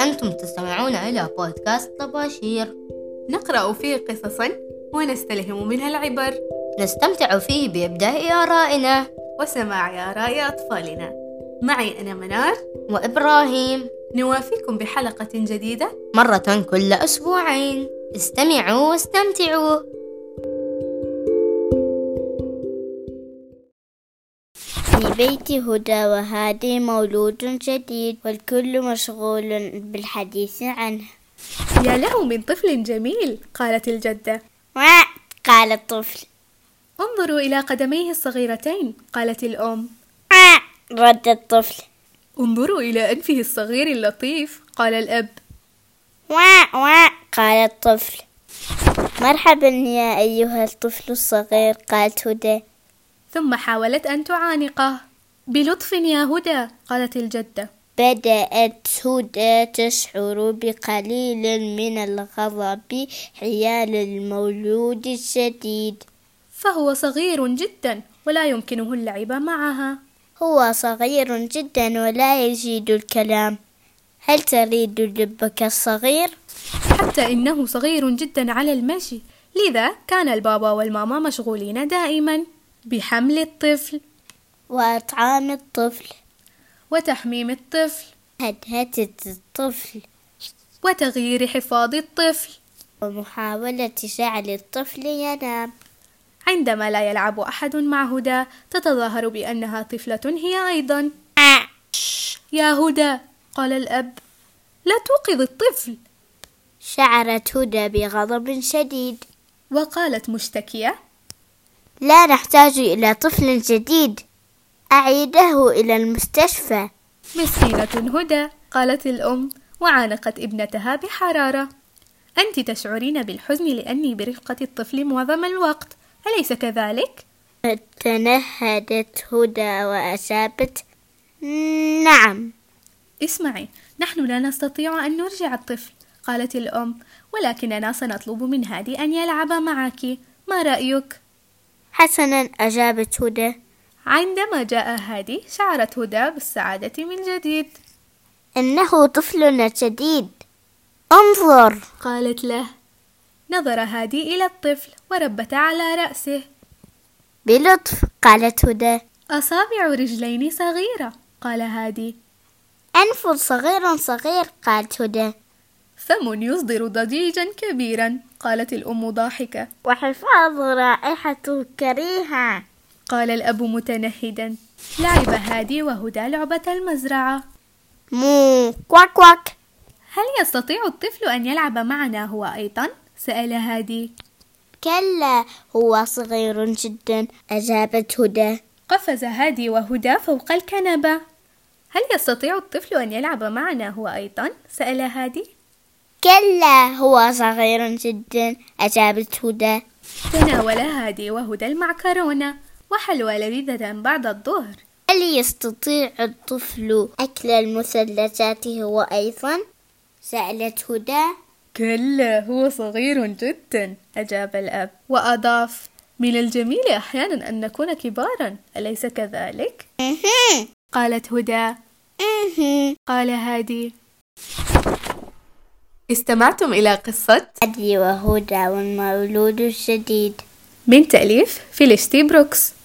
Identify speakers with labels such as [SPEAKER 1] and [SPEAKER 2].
[SPEAKER 1] أنتم تستمعون إلى بودكاست طباشير
[SPEAKER 2] نقرأ فيه قصصا ونستلهم منها العبر
[SPEAKER 1] نستمتع فيه بإبداء آرائنا
[SPEAKER 2] وسماع آراء أطفالنا معي أنا منار
[SPEAKER 1] وإبراهيم
[SPEAKER 2] نوافيكم بحلقة جديدة
[SPEAKER 1] مرة كل أسبوعين استمعوا واستمتعوا
[SPEAKER 3] في بيت هدى وهادي مولود جديد والكل مشغول بالحديث عنه
[SPEAKER 2] يا له من طفل جميل قالت الجدة
[SPEAKER 3] "واع!" قال الطفل
[SPEAKER 2] انظروا إلى قدميه الصغيرتين قالت الأم
[SPEAKER 3] "واع!" رد الطفل
[SPEAKER 2] انظروا إلى أنفه الصغير اللطيف قال الأب
[SPEAKER 3] "واع! واع!" قال الطفل مرحبا يا أيها الطفل الصغير قالت هدى
[SPEAKER 2] ثم حاولت أن تعانقه بلطف يا هدى قالت الجدة
[SPEAKER 3] بدأت هدى تشعر بقليل من الغضب حيال المولود الجديد
[SPEAKER 2] فهو صغير جدا ولا يمكنه اللعب معها
[SPEAKER 3] هو صغير جدا ولا يجيد الكلام هل تريد لبك الصغير؟
[SPEAKER 2] حتى إنه صغير جدا على المشي لذا كان البابا والماما مشغولين دائما بحمل الطفل
[SPEAKER 3] وأطعام الطفل
[SPEAKER 2] وتحميم الطفل
[SPEAKER 3] هدهدة الطفل
[SPEAKER 2] وتغيير حفاظ الطفل
[SPEAKER 3] ومحاولة جعل الطفل ينام
[SPEAKER 2] عندما لا يلعب أحد مع هدى تتظاهر بأنها طفلة هي أيضا
[SPEAKER 3] آه.
[SPEAKER 2] يا هدى قال الأب لا توقظ الطفل
[SPEAKER 3] شعرت هدى بغضب شديد
[SPEAKER 2] وقالت مشتكية
[SPEAKER 3] لا نحتاج إلى طفل جديد أعيده إلى المستشفى
[SPEAKER 2] مسكينة هدى قالت الأم وعانقت ابنتها بحرارة أنت تشعرين بالحزن لأني برفقة الطفل معظم الوقت أليس كذلك؟
[SPEAKER 3] تنهدت هدى وأجابت نعم
[SPEAKER 2] اسمعي نحن لا نستطيع أن نرجع الطفل قالت الأم ولكننا سنطلب من هادي أن يلعب معك ما رأيك؟
[SPEAKER 3] حسنا أجابت هدى
[SPEAKER 2] عندما جاء هادي شعرت هدى بالسعادة من جديد
[SPEAKER 3] إنه طفلنا جديد انظر
[SPEAKER 2] قالت له نظر هادي إلى الطفل وربت على رأسه
[SPEAKER 3] بلطف قالت هدى
[SPEAKER 2] أصابع رجلين صغيرة قال هادي
[SPEAKER 3] أنف صغير صغير قالت هدى
[SPEAKER 2] فم يصدر ضجيجا كبيرا قالت الأم ضاحكة
[SPEAKER 3] وحفاظ رائحته كريهة
[SPEAKER 2] قال الأب متنهدا لعب هادي وهدى لعبة المزرعة
[SPEAKER 3] مو كواك كواك
[SPEAKER 2] هل يستطيع الطفل أن يلعب معنا هو أيضا؟ سأل هادي
[SPEAKER 3] كلا هو صغير جدا أجابت هدى
[SPEAKER 2] قفز هادي وهدى فوق الكنبة هل يستطيع الطفل أن يلعب معنا هو أيضا؟ سأل هادي
[SPEAKER 3] كلا هو صغير جدا أجابت هدى
[SPEAKER 2] تناول هادي وهدى المعكرونة وحلوى لذيذة بعد الظهر
[SPEAKER 3] هل يستطيع الطفل أكل المثلجات هو أيضا؟ سألت هدى
[SPEAKER 2] كلا هو صغير جدا أجاب الأب وأضاف من الجميل أحيانا أن نكون كبارا أليس كذلك؟
[SPEAKER 3] مهم.
[SPEAKER 2] قالت هدى
[SPEAKER 3] مهم.
[SPEAKER 2] قال هادي استمعتم إلى قصة
[SPEAKER 3] هدي وهدى والمولود الجديد
[SPEAKER 2] من تأليف فيليشتي بروكس